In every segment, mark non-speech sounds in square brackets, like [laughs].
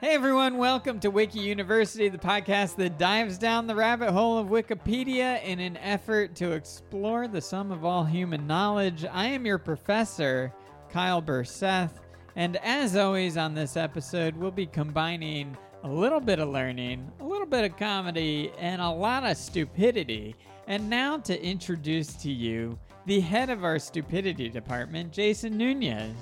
Hey everyone, welcome to Wiki University, the podcast that dives down the rabbit hole of Wikipedia in an effort to explore the sum of all human knowledge. I am your professor, Kyle Burseth, and as always on this episode, we'll be combining a little bit of learning, a little bit of comedy, and a lot of stupidity. And now to introduce to you the head of our stupidity department, Jason Nunez.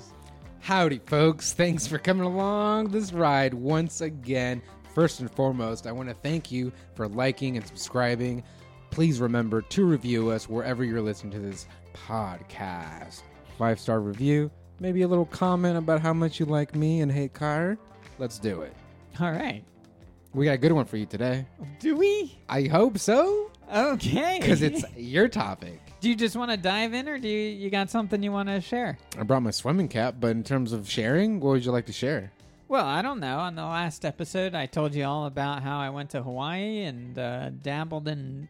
Howdy, folks. Thanks for coming along this ride once again. First and foremost, I want to thank you for liking and subscribing. Please remember to review us wherever you're listening to this podcast. Five star review, maybe a little comment about how much you like me and hate Car. Let's do it. All right. We got a good one for you today. Do we? I hope so, Okay. [laughs] because it's your topic. Do you just want to dive in, or do you, you got something you want to share? I brought my swimming cap, but in terms of sharing, what would you like to share? Well, I don't know. On the last episode, I told you all about how I went to Hawaii and uh, dabbled in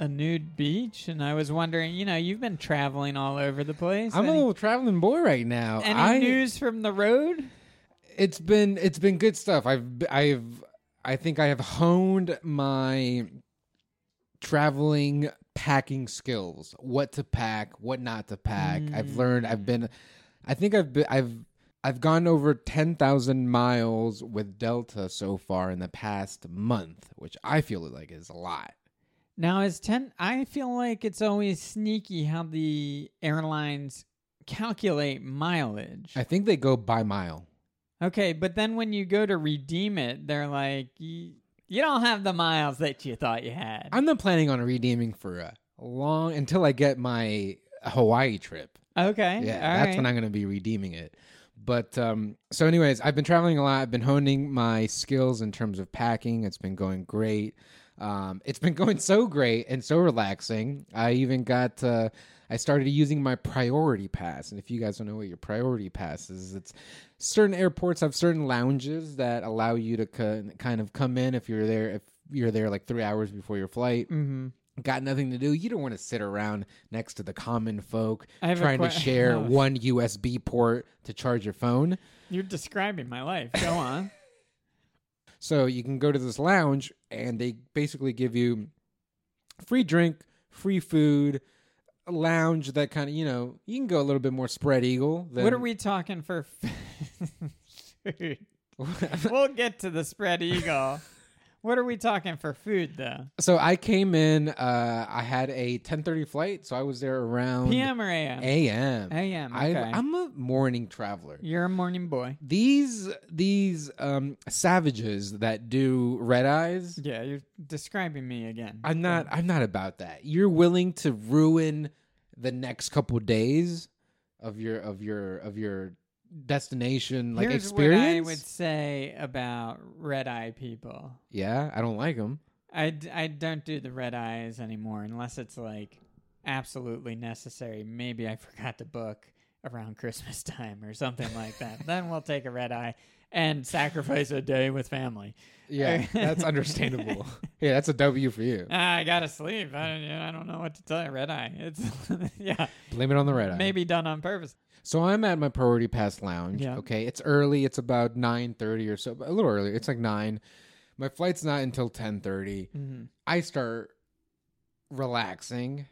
a nude beach, and I was wondering, you know, you've been traveling all over the place. I'm a any, little traveling boy right now. any I, news from the road? it's been it's been good stuff. I've b- I've I think I have honed my traveling packing skills. What to pack, what not to pack. I've learned. I've been. I think I've been. I've I've gone over ten thousand miles with Delta so far in the past month, which I feel like is a lot. Now is ten. I feel like it's always sneaky how the airlines calculate mileage. I think they go by mile. Okay, but then when you go to redeem it, they're like, y- you don't have the miles that you thought you had. I'm not planning on redeeming for a long until I get my Hawaii trip. okay. Yeah, all that's right. when I'm going to be redeeming it. But um, so, anyways, I've been traveling a lot. I've been honing my skills in terms of packing. It's been going great. Um, it's been [laughs] going so great and so relaxing. I even got uh, I started using my priority pass. And if you guys don't know what your priority pass is, it's certain airports have certain lounges that allow you to co- kind of come in if you're there if you're there like three hours before your flight. Mm-hmm. Got nothing to do. You don't want to sit around next to the common folk I have a trying to que- [laughs] share Oh, one USB port to charge your phone. You're describing my life. [laughs] Go on. So you can go to this lounge and they basically give you free drink, free food, a lounge, that kind of, you know, you can go a little bit more spread eagle. Than, what are we talking for? [laughs] Food. we'll get to the spread eagle. What are we talking for food though? so I came in, uh, I had a 1030 flight, so I was there around PM or AM? AM. AM. I- Okay. I'm a morning traveler. You're a morning boy. These these um, savages that do red eyes, Yeah, you're describing me again. I'm not. I'm not about that. You're willing to ruin the next couple days of your of your of your destination like Here's experience. what I would say about red eye people. Yeah, I don't like them. I, d- I don't do the red eyes anymore unless it's like absolutely necessary. Maybe I [laughs] forgot to book around Christmas time or something like [laughs] that. then we'll take a red eye and sacrifice a day with family. [laughs] Yeah, that's understandable. Yeah, that's a W for you. Ah, I gotta sleep. I don't, I don't know what to tell you. Red eye. It's [laughs] yeah, Blame it on the red eye. maybe done on purpose. So I'm at my priority pass lounge. Yeah. Okay, it's early. It's about nine thirty or so, but a little early. It's like nine. My flight's not until ten thirty. Mhm. I start relaxing.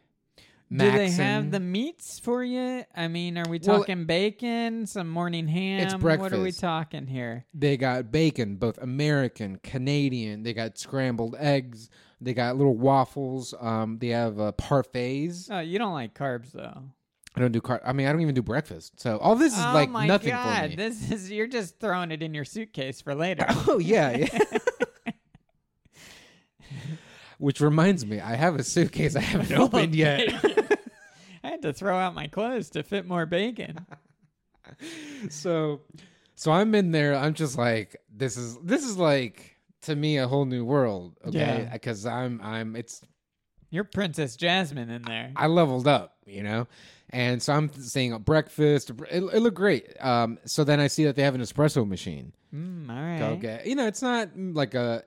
Do they have maxing. the meats for you? I mean, are we Well- talking bacon, some morning ham? What are we breakfast. talking here? They got bacon, both American, Canadian. They got scrambled eggs. They got little waffles. Um, they have uh, parfaits. Oh, you don't like carbs though. I don't do car. I mean, I don't even do breakfast. So all this is oh like my nothing god, for me. this is you're just throwing it in your suitcase for [laughs] later. oh yeah, [laughs] yeah. Which reminds me, I have a suitcase I [laughs] haven't opened yet. I had to throw out my clothes to fit more bacon. so, so I'm in there. I'm just like, this is this is like to me a whole new world. Okay, Yeah. because I'm I'm it's You're Princess Jasmine in there. I leveled up, you know, and so I'm saying breakfast. It, it looked great. Um, so then I see that they have an espresso machine. Mm, all right. Go get, you know, it's not like a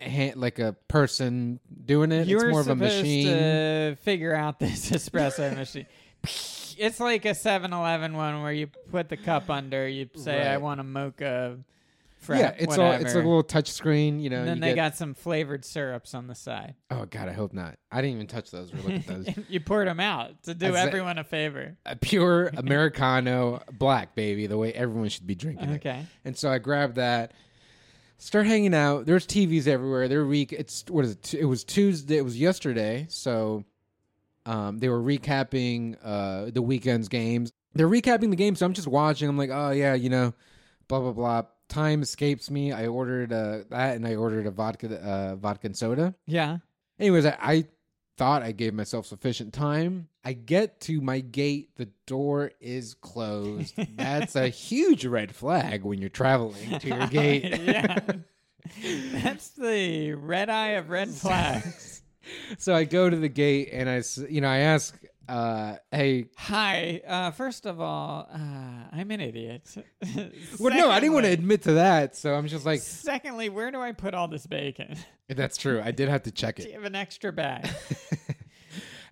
hand, like a person doing it. You it's were more of a supposed machine. to figure out this [laughs] espresso machine. It's like a 7-Eleven one where you put the cup under, you say, "I Right. want a mocha frap, yeah, it's all whatever. it's like a little touch screen, you know. and then you they get- got some flavored syrups on the side. Oh god, I hope not. I didn't even touch those or look at those. [laughs] you poured them out to do As a- everyone a favor. A pure Americano, black baby, the way everyone should be drinking it. Okay. And so I grabbed that, start hanging out. There's TVs everywhere. They're re it's what is it? Tu- It was Tuesday. It was yesterday. So um, they were recapping uh, the weekend's games. They're recapping the game, so I'm just watching. I'm like, oh yeah, you know, blah blah blah. Time escapes me. I ordered uh, that, and I ordered a vodka, uh, vodka and soda. Yeah. Anyways, I, I thought I gave myself sufficient time. I get to my gate, the door is [laughs] closed. That's a huge red flag when you're traveling [laughs] to [laughs] your gate. [laughs] yeah. That's the red eye of [laughs] red flags. so I go to the gate and I, s- you know, I ask, uh, hey, Hi. Uh, first of all, uh, I'm an idiot. [laughs] well, no, I didn't want to Secondly- admit to that. So I'm just like, Secondly, where do I put all this bacon? [laughs] that's true. I did have to check Do it. you have an extra [laughs] bag?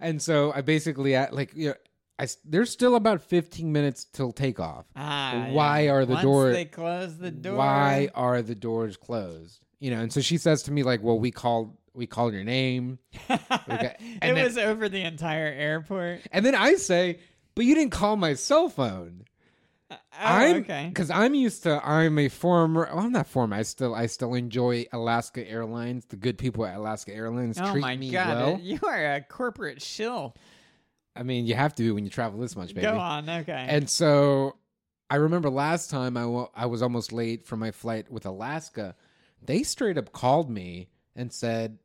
And so I basically, I, like, you know, I, s- there's still about 15 minutes till takeoff. Ah, yeah. Why are the Once door- They close the door. [laughs] why are the doors closed you know and so she says to me like well we called we called your name Okay, it and then- was over the entire airport. and then i say but you didn't call my cell phone Oh, i'm okay. because i'm used to i'm a former well, i'm not former i still i still enjoy alaska airlines the good people at alaska airlines Oh treat my me god, well uh, you are a corporate shill. i mean you have to be when you travel this much baby Go on, okay. And so I remember last time I wa- I was almost late for my flight with Alaska. They straight up called me and said,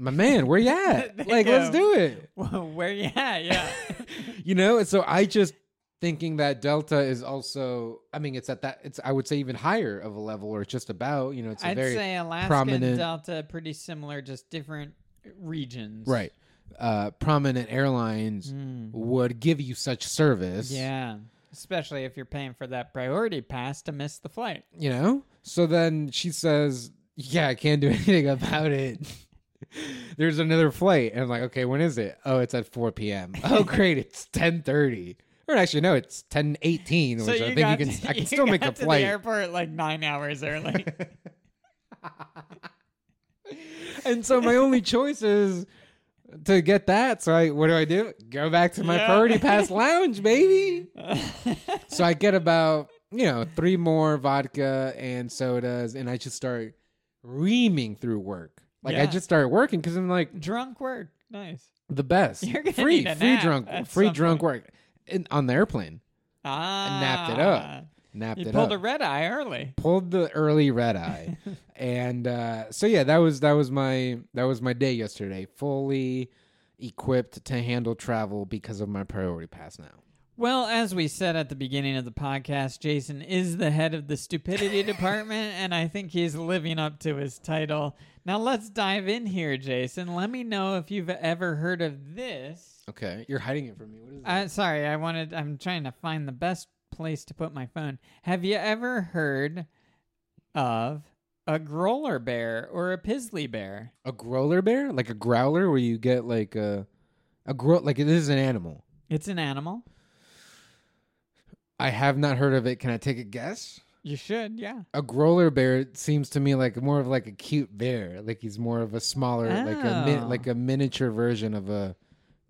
"My man, [laughs] where you at? They like, let's go. do it." Well, [laughs] Where you at? Yeah. [laughs] You know. And so I just thinking that Delta is also. I mean, it's at that. It's I would say even higher of a level, or just about. You know, it's a I'd very say Alaska prominent- and Delta pretty similar, just different regions. right. Uh, prominent airlines Mm. would give you such service. Yeah. Especially if you're paying for that priority pass to miss the flight. you know? So then she says, Yeah, I can't do [laughs] anything about it. [laughs] There's another flight. And I'm like, okay, when is it? Oh, it's at 4 p.m. [laughs] Oh, great. It's 10.30. Or actually, no, it's 10.18, which I think you [laughs] can, I can you still make got a to flight. the airport like nine hours early. [laughs] [laughs] and so [laughs] my only choice is to get that. So I, what do I do? Go back to my Yeah. [laughs] priority pass lounge, baby. so I get about you know three more vodka and sodas, and I just start reaming through work. Like I Yeah. just start working because I'm like Drunk work. Nice. the best, [laughs] You're gonna free, need a free nap drunk, at free some drunk work, and on the airplane. Ah. napped it up. Napped You it pulled a up. red eye early. pulled the early red [laughs] eye and uh so yeah that was that was my that was my day yesterday fully equipped to handle travel because of my priority pass now Well, as we said at the beginning of the podcast, Jason is the head of the stupidity department, and I think he's living up to his title. Now, let's dive in here, Jason. Let me know if you've ever heard of this. okay you're hiding it from me what is that Uh, sorry, I wanted. I'm trying to find the best place to put my phone. Have you ever heard of a growler bear or a pizzly bear? a growler bear like a growler where you get like a a grow like this is an animal It's an animal. i have not heard of it can i take a guess You should, yeah. a growler bear seems to me like more of like a cute bear like he's more of a smaller like a mi- Oh. like a miniature version of a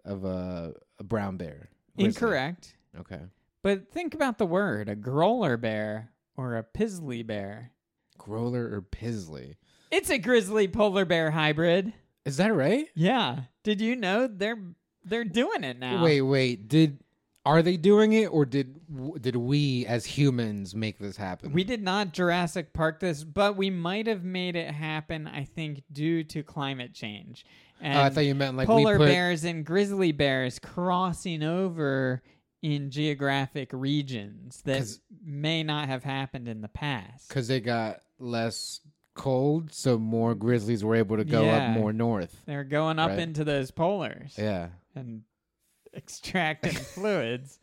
of a, a brown bear Grizzly. Incorrect. Okay. But think about the word a growler bear or a pizzly bear. Growler or Pizzly. It's a grizzly polar bear hybrid. Is that right? Yeah. Did you know they're they're doing it now? Wait, wait. Did are they doing it or did w- did we as humans make this happen? We did not Jurassic Park this, but we might have made it happen, I think, due to climate change. And Oh, I thought you meant like polar we put bears and grizzly bears crossing over in geographic regions that 'Cause- may not have happened in the past. cuz they got less cold so more grizzlies were able to go Yeah. up more [laughs] north. They're going up Right. into those polars Yeah. and [laughs] extracting [laughs] fluids.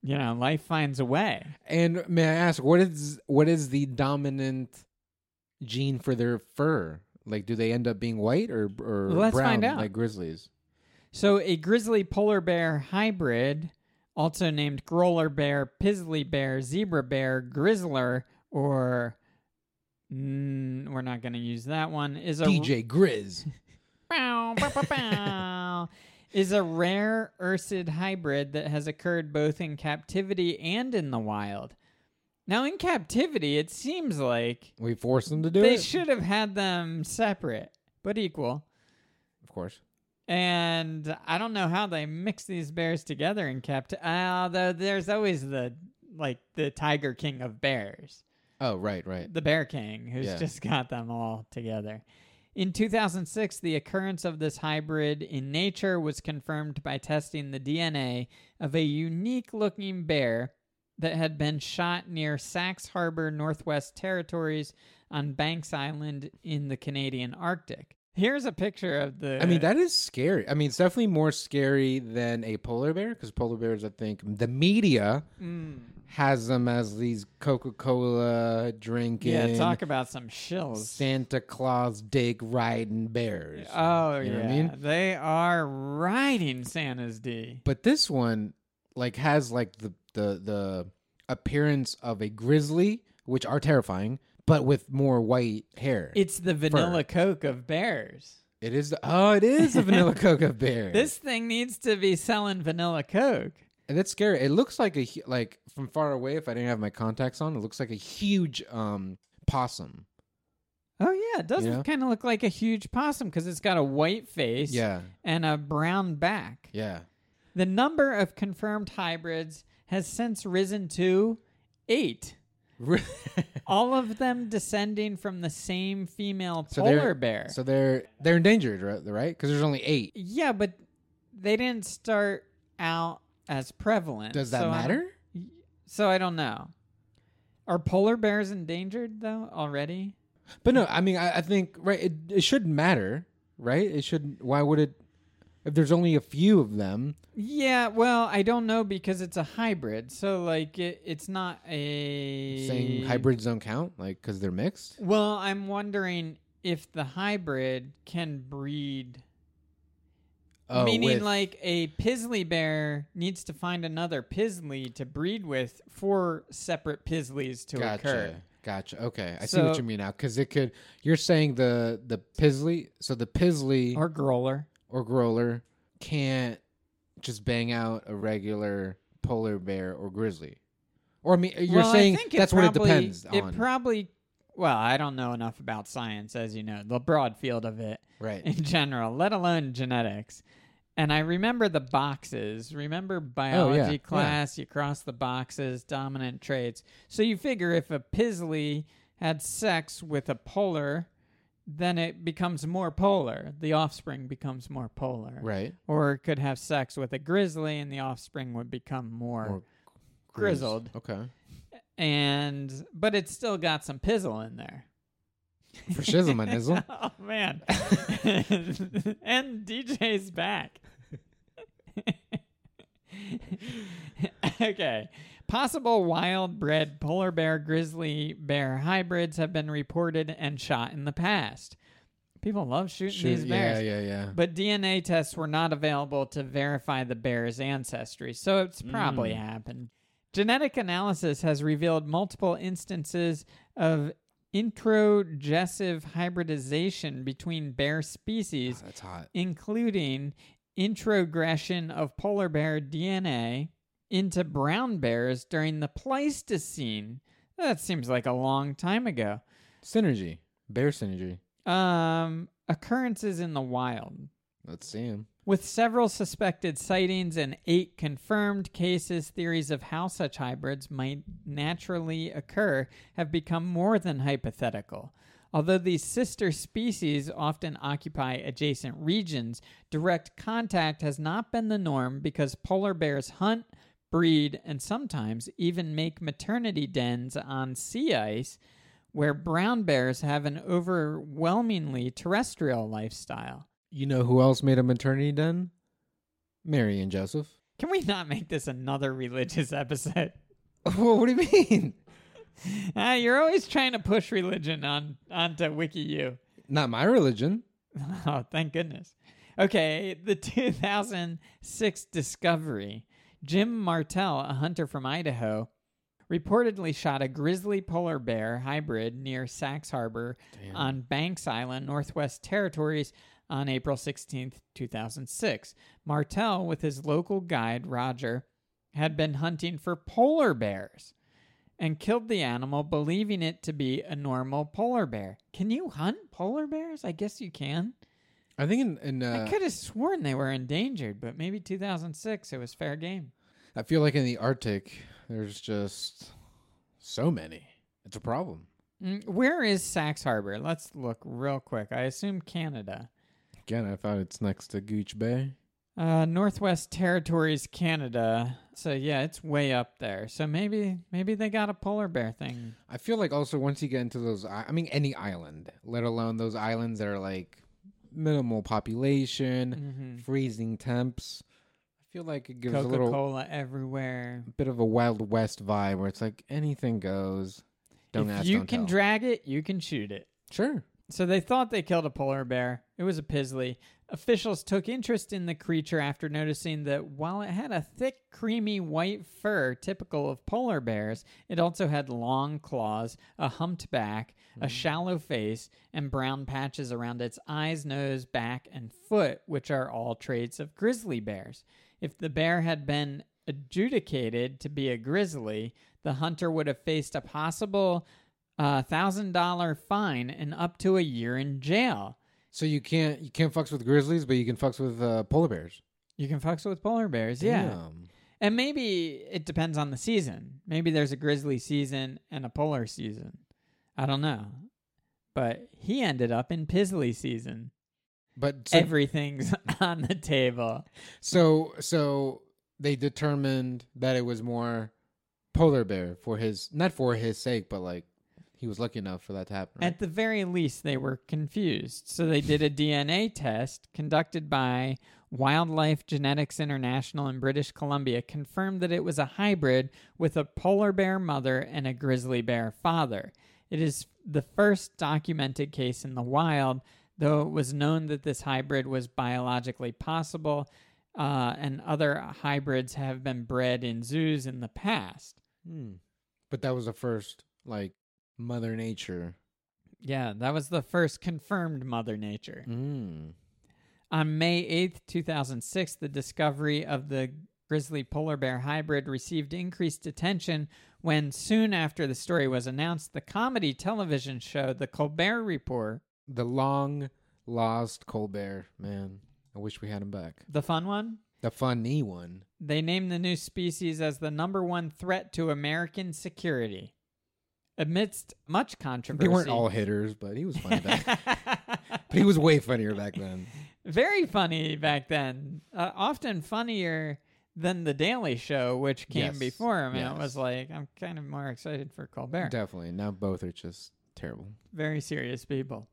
You know, life finds a way. And may I ask what is what is the dominant gene for their fur? Like do they end up being white or or Let's brown find out. like grizzlies? So, a grizzly polar bear hybrid, also named growler bear, pizzly bear, zebra bear, grizzler, or Mm, we're not going to use that one. Is a [laughs] DJ Grizz. Bow, bow, bow, bow, [laughs] is a rare ursid hybrid that has occurred both in captivity and in the wild. Now, in captivity, it seems like We forced them to do they it. should have had them separate but equal. Of course. And I don't know how they mix these bears together in captivity. Although there's always the like the Tiger King of bears Oh, right, right. the Bear King, who's Yeah. just [laughs] got them all together. In 2006, the occurrence of this hybrid in nature was confirmed by testing the DNA of a unique looking bear that had been shot near Sax Harbor, Northwest Territories on Banks Island in the Canadian Arctic. Here's a picture of the. I mean, that is scary. I mean, it's definitely more scary than a polar bear because polar bears, I think, the media Mm. has them as these Coca Cola drinking, yeah, talk about some shills. Santa Claus dick riding bears. Oh, You yeah. know what I mean? They are riding Santa's D. but this one, like, has like the the the appearance of a grizzly, which are terrifying, but with more white hair. It's the vanilla coke of bears. it is the oh, it [laughs] is a vanilla Coca bear. This thing needs to be selling vanilla Coke. And that's scary. It looks like a hu- like from far away. If I didn't have my contacts on, it looks like a huge um possum. Oh yeah, it does Yeah. kind of look like a huge possum because it's got a white face Yeah, and a brown back. yeah. The number of confirmed hybrids has since risen to eight. [laughs] Re- All of them descending from the same female So they're- polar bear. so they're they're endangered, right? Right? Because there's only eight. yeah, but they didn't start out as prevalent. Does that so um, I don't- matter? So I don't know. Are polar bears endangered though already? But no, I mean, I, I think right. It, it shouldn't matter, right? It should. Why would it? If there's only a few of them, Yeah, well, I don't know because it's a hybrid. So like it, it's not a saying hybrids don't count, like because they're mixed. Well, I'm wondering if the hybrid can breed Oh, meaning with- like a pizzly bear needs to find another pizzly to breed with for separate pizzlies to gotcha. occur. Gotcha. Okay, I see what So- you mean now. Because it could, you're saying the the pizzly. So the pizzly Or growler. or growler can't just bang out a regular polar bear or grizzly. Or I mean, you're Well, I saying think it that's what it probably- depends on, It probably well, I don't know enough about science as you know, the broad field of it. [laughs] right? in general, let alone genetics. And I remember the boxes. Remember yeah, biology Oh, yeah. class, you cross the boxes, dominant traits. So you figure if a pizzly had sex with a polar, then it becomes more polar. The offspring becomes more polar. Right. Or it could have sex with a grizzly and the offspring would become more. More grizzled. Grizz. Okay. And but it's still got some pizzle in there. For shizzle [laughs] my nizzle. oh man. [laughs] and DJ's back. [laughs] okay. Possible wild bred polar bear grizzly bear hybrids have been reported and shot in the past. People love shooting these Shoot, yeah, bears. yeah, yeah. But DNA tests were not available to verify the bear's ancestry, so it's probably happened. Genetic analysis has revealed multiple instances of introgessive hybridization between bear Oh, species, that's hot. including introgression of polar bear DNA into brown bears during the Pleistocene. That seems like a long time ago. Synergy. Bear synergy. Um, occurrences in the wild. Let's see him. With several suspected sightings and eight confirmed cases, theories of how such hybrids might naturally occur have become more than hypothetical. Although these sister species often occupy adjacent regions, direct contact has not been the norm because polar bears hunt, breed, and sometimes even make maternity dens on sea ice, where brown bears have an overwhelmingly terrestrial lifestyle. You know who else made a maternity den? Mary and [laughs] Joseph. Can we not make this another [laughs] religious episode? well, what do you mean? Ah, you're always trying to push religion on onto WikiU. Not my religion. [laughs] Oh, thank goodness. Okay, the 2006 discovery. Jim Martell, a hunter from Idaho, reportedly shot a grizzly polar bear hybrid near Sax Harbor on Banks Island, Northwest Territories, on April 16, 2006. Martel, with his local guide Roger, had been hunting for polar bears and killed the animal, believing it to be a normal polar bear. Can you hunt polar bears? I guess you can. I think in, in uh, I could have sworn they were endangered, but maybe 2006 it was fair game. I feel like in the Arctic, there's just so many. It's a problem. Mm, Where is Sax Harbor? Let's look real quick. I assume Canada. Again, I thought it's next to Gooch Bay. Uh, Northwest Territories, Canada. So yeah, it's way up there. So maybe maybe they got a polar bear thing. I feel like also once you get into those, i- I mean, any island, let alone those islands that are like minimal population, hmm freezing temps, I feel like it gives Coca a little Cola everywhere. bit of a Wild West vibe where it's like anything goes. Don't if ask, you don't can tell. drag it, you can shoot it. sure. So they thought they killed a polar bear. It was a pizzly. Officials took interest in the creature after noticing that while it had a thick, creamy white fur typical of polar bears, it also had long claws, a humped back, a shallow face, and brown patches around its eyes, nose, back, and foot, which are all traits of grizzly bears. If the bear had been adjudicated to be a grizzly, the hunter would have faced a possible a thousand dollar fine and up to a year in jail. So you can't you can't fucks with grizzlies, but you can fucks with uh, polar bears. You can fuck with polar bears, yeah. Damn. And maybe it depends on the season. Maybe there's a grizzly season and a polar season. I don't know. But he ended up in Pizzly season. But so, Everything's [laughs] on the table. so so they determined that it was more polar bear for his not for his sake, but like he was lucky enough for that to happen. right? At the very least, they were confused. So they did a DNA test conducted by Wildlife Genetics International in British Columbia, confirmed that it was a hybrid with a polar bear mother and a grizzly bear father. It is the first documented case in the wild, though it was known that this hybrid was biologically possible, uh, and other hybrids have been bred in zoos in the past. Hmm. But that was the first like Mother Nature. Yeah, that was the first confirmed Mother Nature. Hmm. Mm. On May 8th, 2006, the discovery of the grizzly polar bear hybrid received increased attention when, soon after the story was announced, the comedy television show The Colbert Report, The long lost Colbert man. I wish we had him back. the fun one, The funny one. they named the new species as the number one threat to American security. Amidst much controversy, They weren't all [laughs] hitters, but he was funny back. but he was way funnier back then. very funny back then. Uh, often funnier than the Daily Show, which came Yes, before him, and yes. it was like I'm kind of more excited for Colbert. Definitely. Now both are just terrible. very serious people.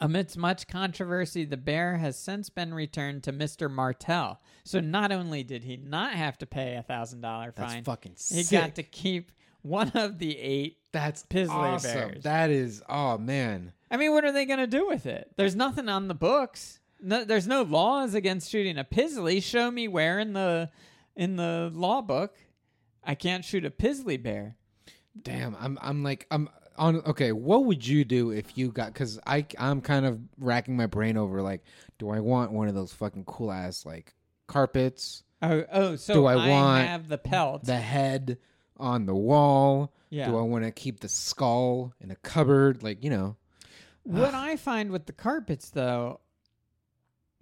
Amidst much controversy, the bear has since been returned to Mr. Martell. So not only did he not have to pay a thousand dollar That's fine, fucking sick. he got to keep one of the eight. That's Pizzly awesome. bears. That is oh man. I mean, what are they going to do with it? There's nothing on the books. No, there's no laws against shooting a pizzly. Show me where in the in the law book I can't shoot a pizzly bear. Damn, I'm I'm like I'm on okay, what would you do if you got cuz I I'm kind of racking my brain over like do I want one of those fucking cool ass like carpets, Oh, oh so Do I I, want have the pelt. the head on the wall? yeah. Do I want to keep the skull in a cupboard like, you know? What I find with the carpets, though,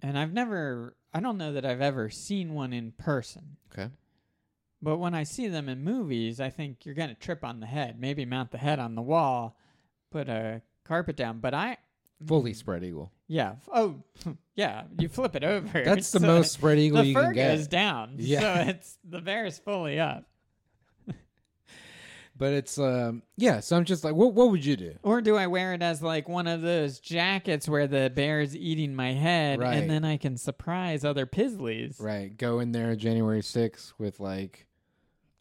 and I've never, I don't know that I've ever seen one in person, Okay. but when I see them in movies, I think you're going to trip on the head. Maybe mount the head on the wall, put a carpet down. But I, Fully spread eagle. [laughs] yeah. f- Oh, yeah. You flip it over. [laughs] That's the so most spread eagle The you fur can get. goes [laughs] down. Yeah. So it's, the bear is fully up. But it's um yeah, so I'm just like what what would you do? Or do I wear it as like one of those jackets where the bear is eating my head Right. and then I can surprise other pizzlies? Right. Go in there January 6th with like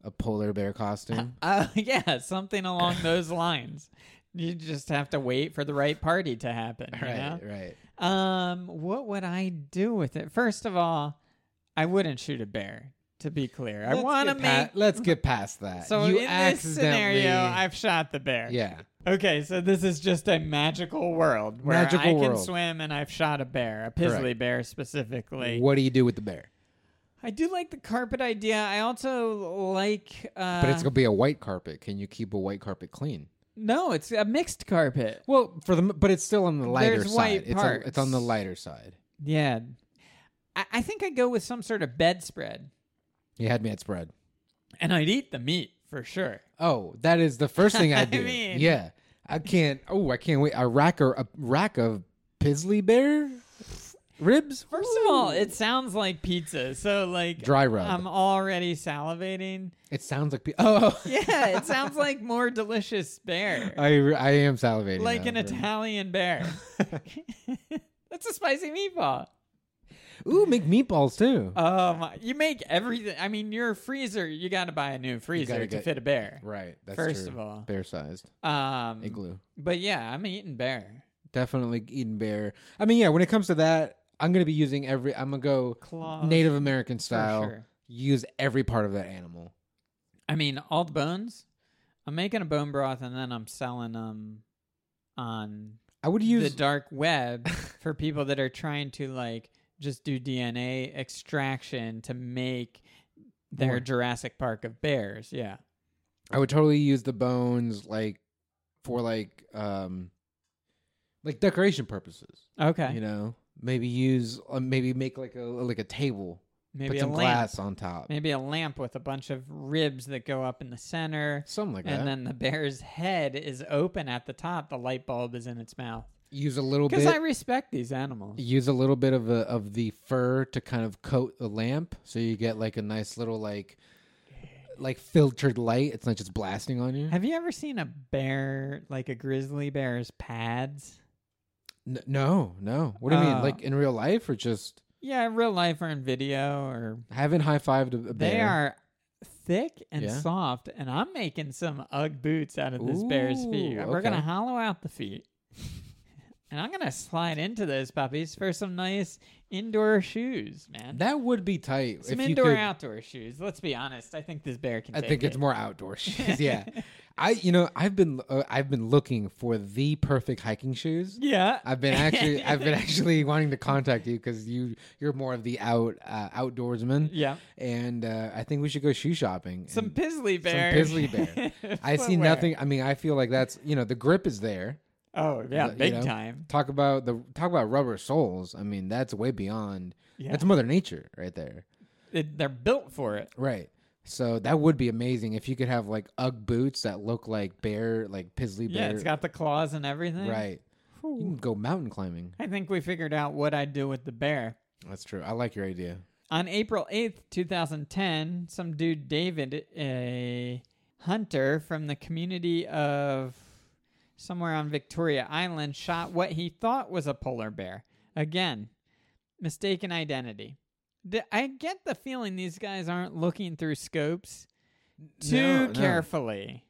a polar [laughs] bear costume. Uh, yeah, something along those lines. You just have to wait for the right party to happen. you right, right. know? Um, what would I do with it? First of all, I wouldn't shoot a bear. to be clear. I Let's want to get make pa- let's get past [laughs] that. so you in this accidentally, scenario, I've shot the bear. yeah, Okay, so this is just a magical world where Magical I can world. swim and I've shot a bear, a pizzly Correct. bear specifically. what do you do with the bear? I do like the carpet idea. I also like. Uh, But it's gonna be a white carpet. Can you keep a white carpet clean? no, it's a mixed carpet. Well, for the m- but it's still on the lighter There's white side. It's, a, parts. it's on the lighter side. Yeah, I, I think I go with some sort of bedspread, You had me at spread. and I'd eat the meat for sure. Oh, that is the first thing I [laughs] I do. mean- yeah, I can't. Oh, I can't wait. A rack or a rack of pizzly bear ribs. First of all, it sounds like pizza, so like Dry rub. I'm already salivating. It sounds like. Pe- [laughs] oh, Yeah, [laughs] it sounds like more delicious [laughs] bear, I I am salivating. like now, an bro. Italian [laughs] bear. [laughs] That's a spicy meatball. Ooh, make meatballs too. Oh my! You make everything. I mean, your freezer. You got to buy a new freezer to get- fit a bear. right. That's First true. of all, bear sized um, igloo. but yeah, I'm eating bear Definitely eating bear. I mean, yeah. When it comes to that, I'm gonna be using every. I'm gonna go claws. Native American style. sure. Use every part of that animal. I mean, all the bones. I'm making a bone broth and then I'm selling them on I would use the dark web [laughs] for people that are trying to like just do DNA extraction to make their More. Jurassic Park of bears. Yeah. I would totally use the bones like for like um like decoration purposes. Okay. You know, maybe use uh, maybe make like a like a table, maybe put a some lamp. glass on top, Maybe a lamp with a bunch of ribs that go up in the center. something like that. And then the bear's head is open at the top. The light bulb is in its mouth. use a little Because bit. I respect these animals. use a little bit of a, of the fur to kind of coat the lamp, so you get like a nice little like like filtered light. It's not just blasting on you. Have you ever seen a bear, like a grizzly bear's pads? N- no, no. What do you mean? Uh, Like in real life, or just Yeah, in real life or in video or having high fived a, a bear? they are thick and Yeah. soft, and I'm making some UGG boots out of this bear's feet. Ooh, We're gonna okay. hollow out the feet, [laughs] and I'm gonna slide into those puppies for some nice indoor shoes, man. That would be tight. some if you indoor could- outdoor shoes. Let's be honest. I think this bear can. I take think it's it. more [laughs] outdoor shoes. [laughs] Yeah, I you know I've been uh, I've been looking for the perfect hiking shoes. Yeah, I've been actually I've [laughs] been actually wanting to contact you because you you're more of the out uh, outdoorsman. yeah. and uh, I think we should go shoe shopping. Some and pizzly bear. pizzly [laughs] bear. I see footwear. nothing. I mean, I feel like that's you know the grip is there. Oh yeah, You big know? time. Talk about the talk about rubber soles. I mean, that's way beyond. Yeah, That's Mother Nature right there. It- they're built for it. Right. So that would be amazing if you could have like UGG boots that look like bear, like pizzly Yeah, bear. it's got the claws and everything. right. Mm. Whew. You can go mountain climbing. I think we figured out what I'd do with the bear. That's true. I like your idea. On April 8th, 2010, some dude, David, a hunter from the community of somewhere on Victoria Island, shot what he thought was a polar bear. Again, mistaken identity. D- I get the feeling these guys aren't looking through scopes too No, no. carefully.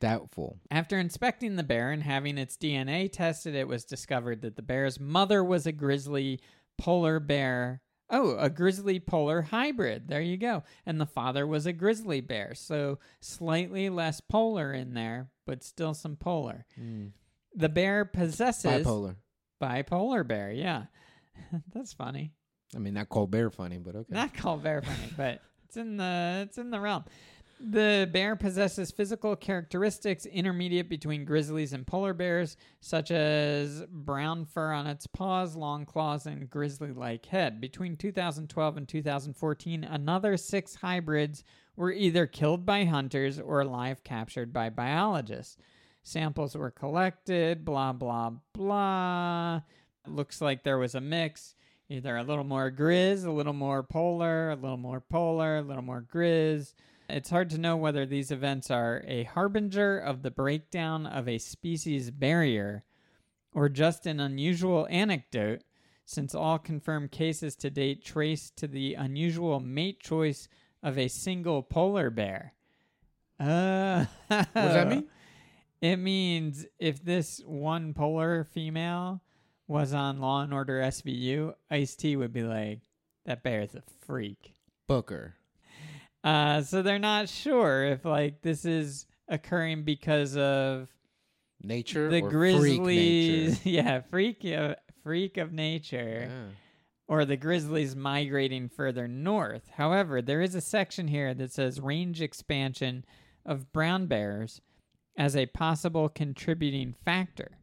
Doubtful. After inspecting the bear and having its DNA tested, it was discovered that the bear's mother was a grizzly polar bear. Oh, a grizzly polar hybrid. There you go. And the father was a grizzly bear. So slightly less polar in there, but still some polar. The bear possesses Bipolar. bipolar bear. Yeah. [laughs] That's funny. I mean, not cold bear funny, but okay. Not called bear funny, but it's in the it's in the realm. The bear possesses physical characteristics intermediate between grizzlies and polar bears, such as brown fur on its paws, long claws, and grizzly like head. Between 2012 and 2014, another six hybrids were either killed by hunters or live captured by biologists. Samples were collected, blah, blah, blah. Looks like there was a mix. Either a little more grizz, a little more polar, a little more polar, a little more grizz. It's hard to know whether these events are a harbinger of the breakdown of a species barrier or just an unusual anecdote, since all confirmed cases to date trace to the unusual mate choice of a single polar bear. Uh, what does that mean? [laughs] It means if this one polar female was on Law and Order SVU, Ice T would be like, "That bear's a freak." Booker. Uh, so they're not sure if like this is occurring because of Nature, the or grizzlies, Freak [laughs] yeah, freak of, freak of nature, nature. Yeah. or the grizzlies migrating further north. However, there is a section here that says range expansion of brown bears as a possible contributing factor.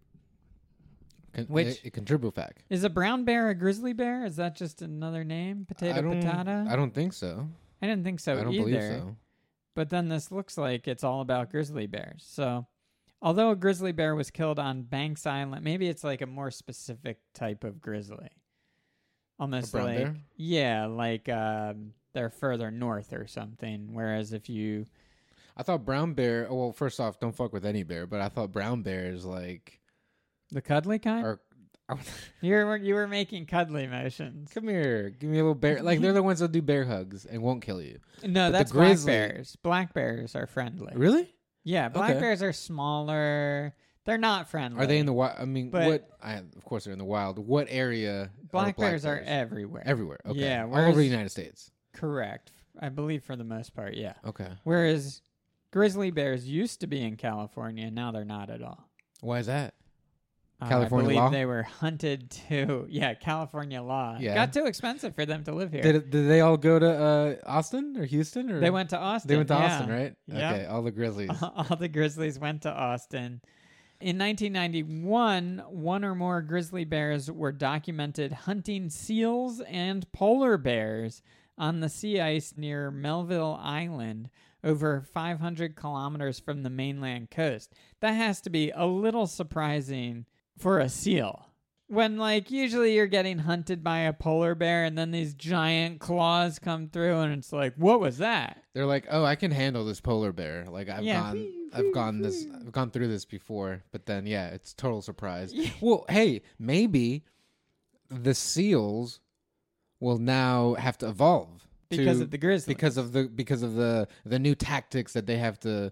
Con- Which- a, a contribute fact. Is a brown bear a grizzly bear? Is that just another name? Potato I don't, patata? I don't think so. I didn't think so I don't either. believe so. But then this looks like it's all about grizzly bears. So, although a grizzly bear was killed on Banks Island, maybe it's like a more specific type of grizzly. Almost brown like bear? yeah, like um, they're further north or something. Whereas if you I thought brown bear. Oh, well, first off, don't fuck with any bear. But I thought brown bear is like. the cuddly kind, Or, you were you were making cuddly motions. come here, give me a little bear. Like they're the ones that do bear hugs and won't kill you. No, the that's black grizzly- bears. Black bears are friendly. Really? Yeah, black Okay. bears are smaller. They're not friendly. Are they in the wild? I mean, But- what? I, of course, they're in the wild. What area? black, bears, are everywhere? everywhere. Okay. Yeah, all whereas- over the United States. Correct, I believe for the most part. Yeah. Okay. Whereas grizzly bears used to be in California, now they're not at all. Why is that? Uh, California I believe law? they were hunted to [laughs] yeah, California law. It Yeah. Got too expensive for them to live here. Did, did they all go to uh, Austin or Houston or they went to Austin. They went to yeah. Austin, right? Yeah. Okay, all the Grizzlies. [laughs] All the grizzlies went to Austin. In 1991, one or more grizzly bears were documented hunting seals and polar bears on the sea ice near Melville Island, over 500 kilometers from the mainland coast. That has to be a little surprising for a seal. When, like, usually you're getting hunted by a polar bear and then these giant claws come through, and it's like, what was that? They're like, oh, I can handle this polar bear. Like I've Yeah. gone, I've gone this, I've gone through this before. But then, yeah, it's total surprise. well, hey, maybe the seals will now have to evolve Because to- of the grizzly. because of the because of the the new tactics that they have to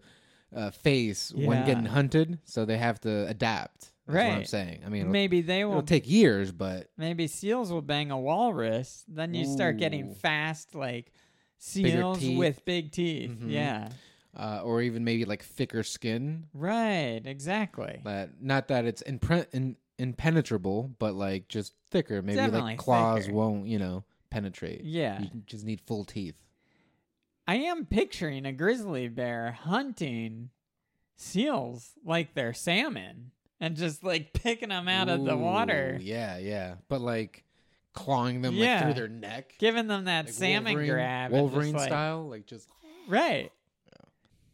uh, face when Yeah. getting hunted. So they have to adapt. That's what I'm Right. saying. I mean, it'll, Maybe they will it'll take years, but Maybe seals will bang a walrus. Then you start getting Ooh. fast, like seals teeth. Mm-hmm. with big teeth. Yeah. uh, or even maybe like thicker skin Right. Exactly. But not that it's impre- in- impenetrable, but like just thicker. Maybe Definitely like claws thicker. won't, you know, penetrate. Yeah. You just need full teeth. I am picturing a grizzly bear hunting seals like they're salmon and just like [laughs] picking them out of the water, Ooh, Yeah, yeah. But like clawing them like Yeah. through their neck. giving them that like salmon Wolverine, grab. and just, Wolverine like- style. Like just, Right.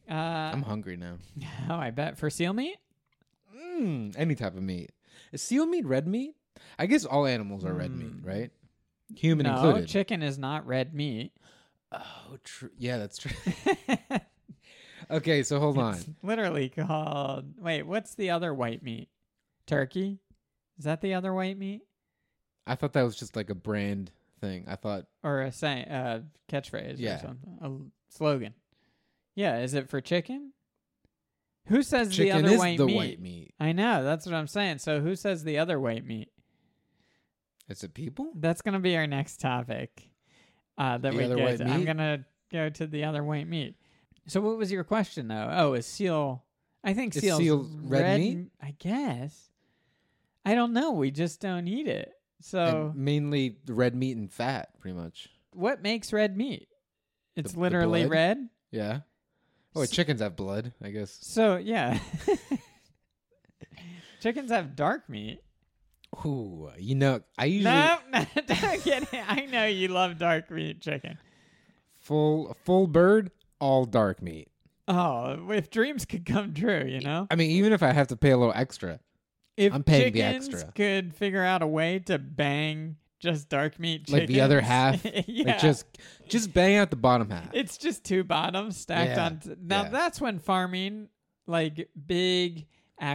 I'm Uh, hungry now. [laughs] oh, I bet. For seal meat? Mm, any type of meat. Is seal meat red meat? I guess all animals are red meat, Mm. right? Human no, included. chicken is not red meat. [laughs] oh, true. Yeah, that's true. [laughs] okay, so hold on. It's literally called. Wait, what's the other white meat? Turkey? Is that the other white meat I thought that was just like a brand thing. I thought or a say, uh, catchphrase or Yeah. something? A l- slogan. Yeah, is it for chicken? Who says chicken the other is white the meat? white meat. I know that's what I'm saying. So who says the other white meat? Is it people? That's gonna be our next topic. Uh, that The we other get. white to. I'm meat? gonna go to the other white meat. So what was your question though? Oh, is seal? I think Is seal's seal red meat? m- I guess. I don't know. We just don't eat it. So And mainly the red meat and fat, pretty much. what makes red meat? It's the literally blood? red. Yeah. Oh, wait, S- chickens have blood, I guess. So yeah. [laughs] Chickens have dark meat. Ooh, you know, I usually No, [laughs] no, don't get it. I know you love dark meat chicken. full full bird, all dark meat. Oh, if dreams could come true, you know. I mean, even if I have to pay a little extra, If I'm paying the chickens extra. Could figure out a way to bang just dark meat, like the other half, [laughs] chickens. yeah, like just just bang out the bottom half. it's just two bottoms stacked Yeah, on. T- now yeah. that's when farming, like big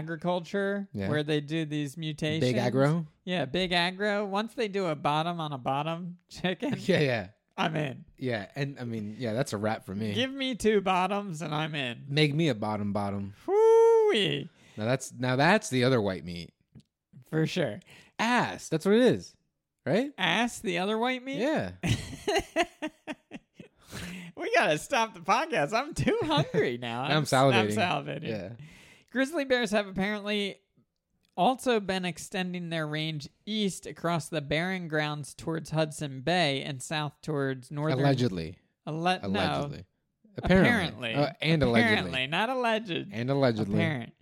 agriculture, Yeah. where they do these mutations. Big aggro. [laughs] Yeah, big aggro. Once they do a bottom on a bottom [laughs] chicken, Yeah, yeah, I'm in. yeah. And I mean, yeah, that's a wrap for me. Give me two bottoms and I'm in. Make me a bottom bottom. Whoo-wee, Now that's now that's the other white meat. for sure. Ass. That's what it is, right? [laughs] Ass the other white meat. Yeah. [laughs] we gotta stop the podcast. I'm [laughs] too hungry now. I'm s- I'm salivating. salivating. Yeah. Grizzly bears have apparently also been extending their range east across the barren grounds towards Hudson Bay and south towards northern. Allegedly. Ale- No, Allegedly. apparently. Apparently. Uh, and apparently, allegedly. not alleged. And allegedly. Apparent.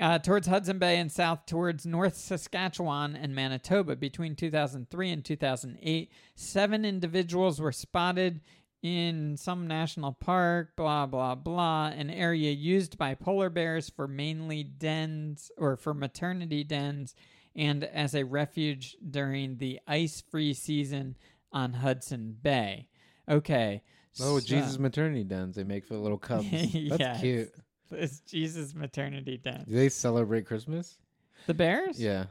Uh, towards Hudson Bay and south towards North Saskatchewan and Manitoba. Between 2003 and 2008, seven individuals were spotted in some national park, blah, blah, blah, an area used by polar bears for mainly dens or for maternity dens and as a refuge during the ice free season on Hudson Bay. Okay. Oh, so- Jesus maternity dens. They make for the [laughs] little cubs. That's Yes. cute. [laughs] It's Jesus' maternity den. Do they celebrate Christmas? The bears? [laughs] Yeah.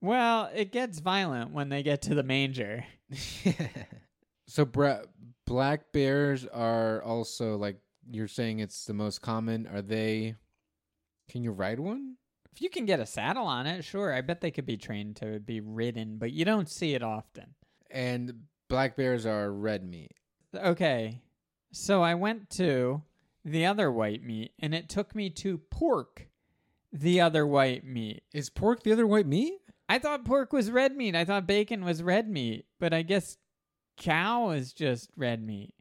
Well, it gets violent when they get to the manger. so bra- black bears are also like you're saying it's the most common. Are they? Can you ride one? If you can get a saddle on it, sure, I bet they could be trained to be ridden, but you don't see it often. And black bears are red meat. Okay, so I went to the other white meat, and it took me to pork, the other white meat. Is pork the other white meat? I thought pork was red meat. I thought bacon was red meat, but I guess cow is just red meat.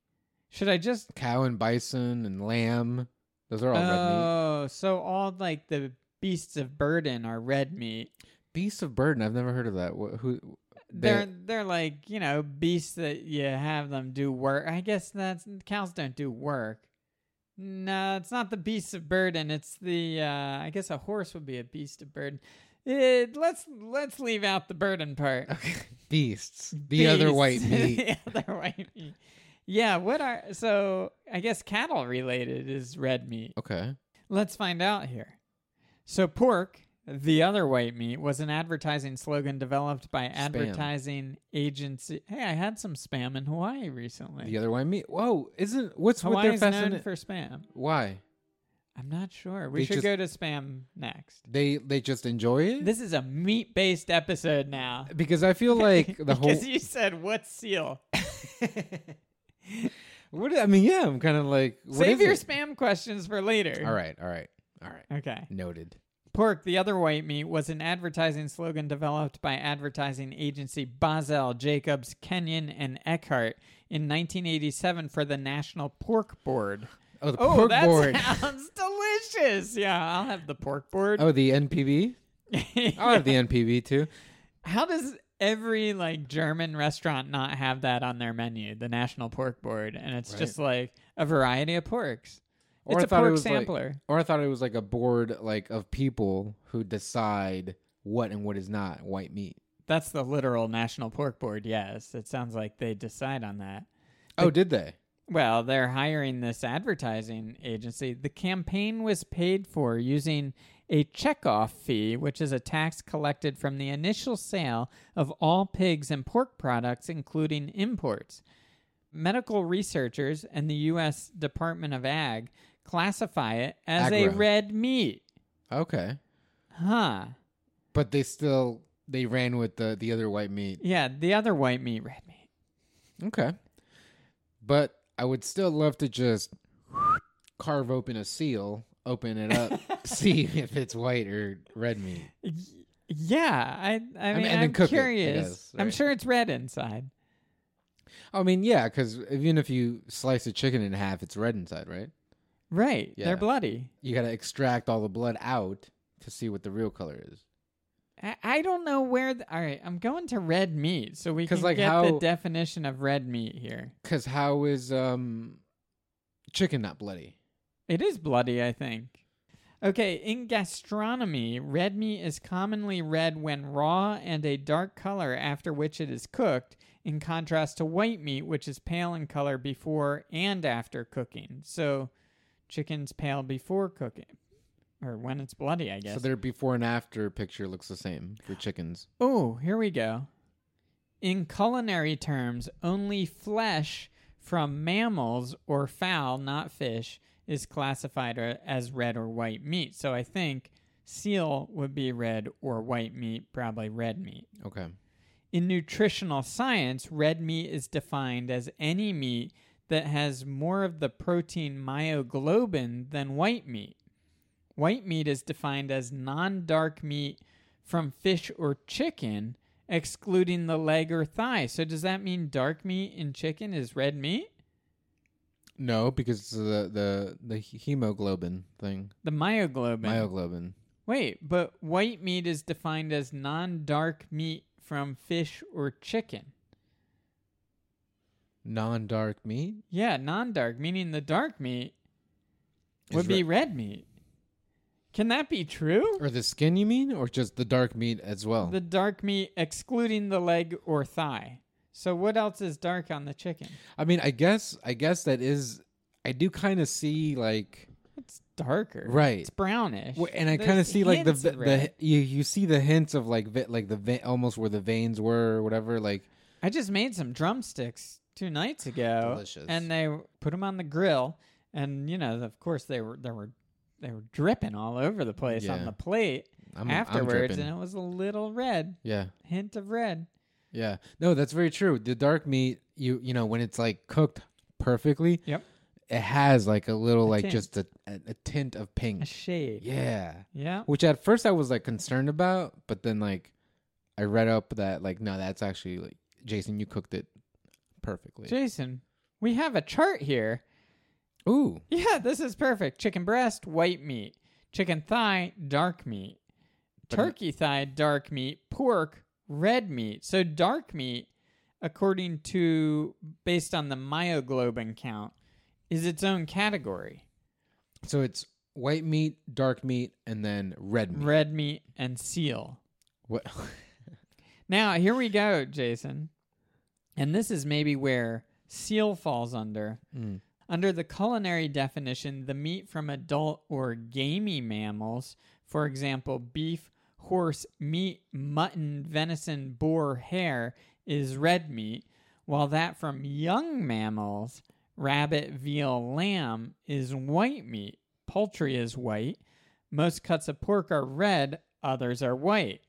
Should I just Cow and bison and lamb. Those are all red meat. Oh, so all like the beasts of burden are red meat. Beasts of burden. I've never heard of that. What, who? They're They- they're like you know beasts that you have them do work. I guess that's cows don't do work. No, it's not the beasts of burden. It's the uh, I guess a horse would be a beast of burden. It, let's let's leave out the burden part. [laughs] Okay. [laughs] Beasts. The other Beasts. white meat. [laughs] the other white meat. Yeah, what are so? I guess cattle related is red meat. okay. Let's find out here. So, pork, the other white meat, was an advertising slogan developed by advertising agency. Hey, I had some spam in Hawaii recently. The other white meat. Whoa! Isn't what's Hawaii with is their known fascin- for spam. Why I'm not sure. We They should just- go to spam next. they they just enjoy it? This is a meat based episode now. because [laughs] I feel like the whole because you said, what seal? What I mean, yeah, I'm kind of like what Save is your it? spam questions for later. All right, all right, all right. Okay. Noted. Pork, the other white meat, was an advertising slogan developed by advertising agency Basel, Jacobs, Kenyon, and Eckhart in 1987 for the National Pork Board. Oh, the Oh, pork that [laughs] board. sounds delicious. Yeah, I'll have the pork board. oh, [laughs] the NPB. I'll have Oh, the NPB too. How does every like German restaurant not have that on their menu, the National Pork Board, and it's Right. just like a variety of porks. Or it's I a thought it pork was, like- sampler. Or I thought it was like a board like of people who decide what and what is not white meat. That's the literal National Pork Board. Yes, it sounds like they decide on that. Oh, did they? Well, they're hiring this advertising agency. The campaign was paid for using a checkoff fee, which is a tax collected from the initial sale of all pigs and pork products, including imports. Medical researchers and the U.S. Department of Ag classify it as a Agro. red meat. Okay, Huh. but they still they ran with the the other white meat. Yeah, the other white meat, red meat. Okay, but I would still love to just carve open a seal, open it [laughs] up, see if it's white or red meat. Y- Yeah, I, I mean, and then I'm cook it, I curious. guess, I'm right? sure it's red inside. I mean, yeah, because even if you slice a chicken in half, it's red inside, right? Right. Yeah. They're bloody. You got to extract all the blood out to see what the real color is. I, I don't know where. The, all right, I'm going to red meat, so we 'Cause, can like, get the how- definition of red meat here. Because how is um chicken not bloody? It is bloody, I think. Okay, in gastronomy, red meat is commonly red when raw and a dark color after which it is cooked, in contrast to white meat, which is pale in color before and after cooking. So, chicken's pale before cooking, or when it's bloody, I guess. So their before and after picture looks the same for chickens. Oh, here we go. In culinary terms, only flesh from mammals or fowl, not fish, is classified a- as red or white meat. So I think seal would be red or white meat, probably red meat. Okay. In nutritional science, red meat is defined as any meat that has more of the protein myoglobin than white meat. White meat is defined as non dark meat from fish or chicken, excluding the leg or thigh. So, does that mean dark meat in chicken is red meat? No, because it's the the the hemoglobin thing, The myoglobin. myoglobin. Wait, but white meat is defined as non dark meat from fish or chicken. Non-dark meat. Yeah, non dark, meaning the dark meat Is would be re- red meat. Can that be true? Or the skin, you mean, or just the dark meat as well? The dark meat excluding the leg or thigh. So what else is dark on the chicken? I mean, I guess, I guess that is. I do kind of see like It's darker. Right. It's brownish. Wh- and I There's kind of see like the hints ve- of the red. you you see the hints of like ve- like the ve- almost where the veins were or whatever like I just made some drumsticks two nights ago, Delicious. and they w- put them on the grill, and you know, of course, they were they were they were dripping all over the place Yeah. on the plate I'm, I'm afterwards, dripping. and it was a little red yeah, hint of red. yeah. No, that's very true. The dark meat, you you know, when it's like cooked perfectly, Yep. it has like a little like tint. just a, a a tint of A pink. shade. Yeah, Yeah. which at first I was like concerned about, but then like I read up that like no, that's actually like Jason, you cooked it perfectly. Jason, we have a chart here. [laughs] Ooh, Yeah, this is perfect. Chicken breast, white meat. Chicken thigh, dark meat. Turkey thigh, dark meat. Pork, red meat. So dark meat, according to based on the myoglobin count, is its own category. so it's white meat, dark meat, and then red meat. Red meat and seal. What? [laughs] Now, here we go, Jason. And this is maybe where seal falls under. Mm. Under the culinary definition, the meat from adult or gamey mammals, for example, beef, horse, meat, mutton, venison, boar, hare, is red meat, while that from young mammals, rabbit, veal, lamb, is white meat. Poultry is white. Most cuts of pork are red, others are white.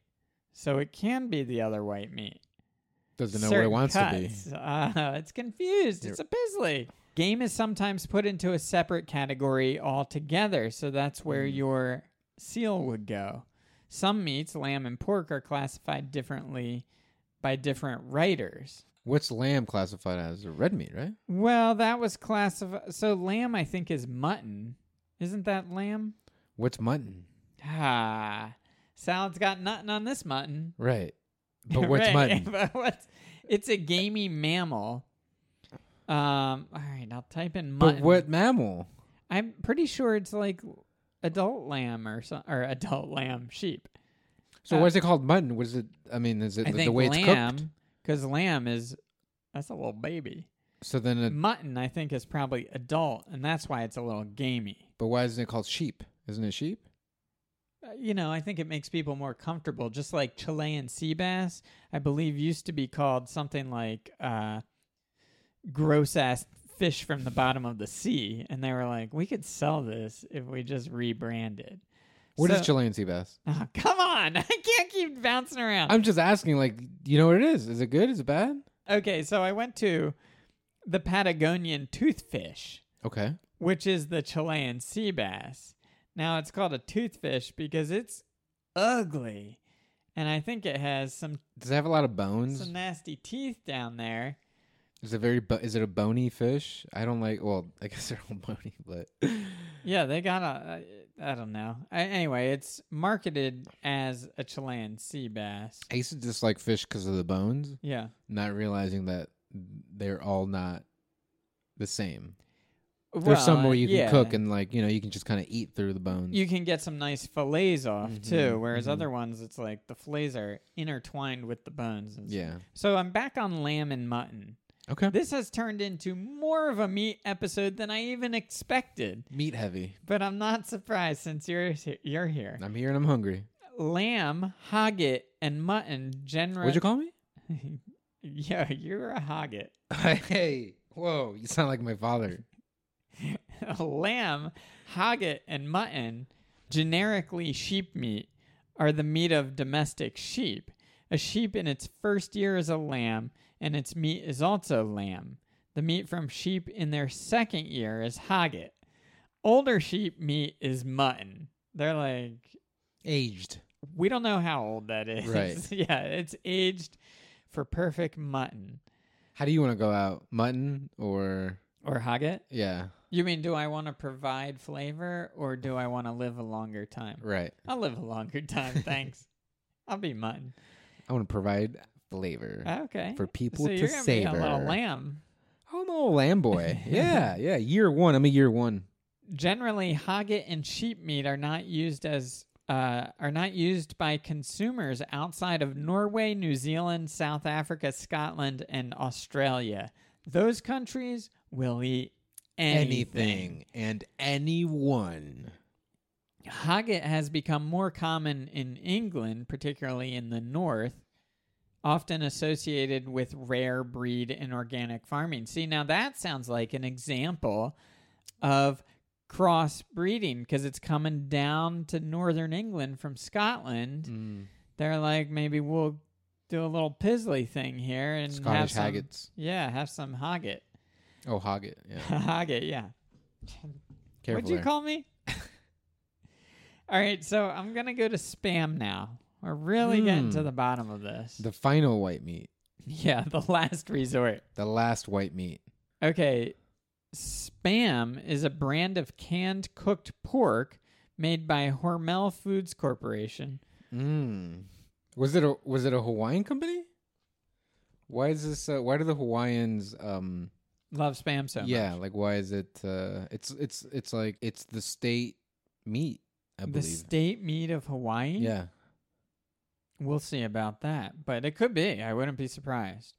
So it can be the other white meat. Doesn't know what it Certain wants to be. cuts. Uh, [laughs] it's confused. It's a pizzly. Game is sometimes put into a separate category altogether, so that's where Mm. your seal would go. Some meats, lamb and pork, are classified differently by different writers. What's lamb classified as? Red meat, right? Well, that was classified. So lamb, I think, is mutton. Isn't that lamb? What's mutton? Ah, salad's got nothing on this mutton. [laughs] Right. But what's Right, mutton? [laughs] but what's- it's a gamey mammal. Um. All right, I'll type in mutton. But what mammal? I'm pretty sure it's like adult lamb or so, or adult lamb sheep. So Uh, why is it called mutton? What is it? I mean, is it I the, think way it's cooked? lamb because lamb is that's a little baby. So then, it, Mutton, I think, is probably adult, and that's why it's a little gamey. but why isn't it called sheep? Isn't it sheep? Uh, You know, I think it makes people more comfortable. Just like Chilean sea bass, I believe used to be called something like uh, gross ass fish from the bottom of the sea. And they were like, we could sell this if we just rebranded. What is So- Chilean sea bass? [laughs] Oh, come on. [laughs] I can't keep bouncing around. I'm just asking. Like, you know what it is? Is it good? Is it bad? okay, so I went to the Patagonian toothfish, Okay. which is the Chilean sea bass. Now it's called a toothfish because it's ugly. And I think it has some Does it have a lot of bones? some nasty teeth down there. Is it very? Bo- is it a bony fish? I don't like. Well, I guess [laughs] they're all bony, but Yeah, they got a I I don't know. I, anyway, it's marketed as a Chilean sea bass. I used to dislike fish because of the bones, Yeah. not realizing that they're all not the same. Well, There's some where you can yeah. cook and like you know you can just kind of eat through the bones. you can get some nice fillets off too, Mhm, whereas mhm. other ones it's like the fillets are intertwined with the bones. and stuff. yeah. So I'm back on lamb and mutton. Okay. This has turned into more of a meat episode than I even expected, Meat heavy. but I'm not surprised since you're he- you're here. I'm here and I'm hungry. Lamb, hogget, and mutton generally. What'd you call me? yeah, you're a hogget. [laughs] [laughs] hey. Whoa. You sound like my father. lamb, hogget, and mutton, generically sheep meat, are the meat of domestic sheep. A sheep in its first year is a lamb, and its meat is also lamb. the meat from sheep in their second year is hogget. Older sheep meat is mutton. They're like, Aged. we don't know how old that is. Right. [laughs] yeah, it's aged for perfect mutton How do you want to go out? Mutton or or hogget. yeah, You mean, do I want to provide flavor or do I want to live a longer time? right. I'll live a longer [laughs] time, [laughs] thanks. I'll be mutton. I want to provide flavor Okay. for people so to you're gonna savor. be a little lamb. I'm a little [laughs] lamb boy. yeah, yeah. Year one. I'm a year one. Generally, hogget and sheep meat are not used as uh, are not used by consumers outside of Norway, New Zealand, South Africa, Scotland, and Australia. Those countries will eat anything. Anything and anyone. Hogget has become more common in England, particularly in the north, often associated with rare breed and organic farming. See, now that sounds like an example of crossbreeding because it's coming down to northern England from Scotland. They're like, maybe we'll do a little pizzly thing here and have Scottish some, haggis. Yeah, have some [laughs] hogget. Oh, hogget. Yeah. hogget, yeah. Careful. What'd you there. call me? [laughs] All right, so I'm gonna go to spam now. We're really getting Hmm. to the bottom of this. the final white meat? [laughs] yeah, the last resort. The last white meat. Okay, spam is a brand of canned cooked pork made by Hormel Foods Corporation. Mm. Was it a was it a Hawaiian company? Why is this? Uh, why do the Hawaiians? Um, Love spam so yeah, much. like why is it? Uh, it's it's it's like it's the state meat. I the believe. state meat of Hawaii. yeah. We'll see about that, but it could be. I wouldn't be surprised.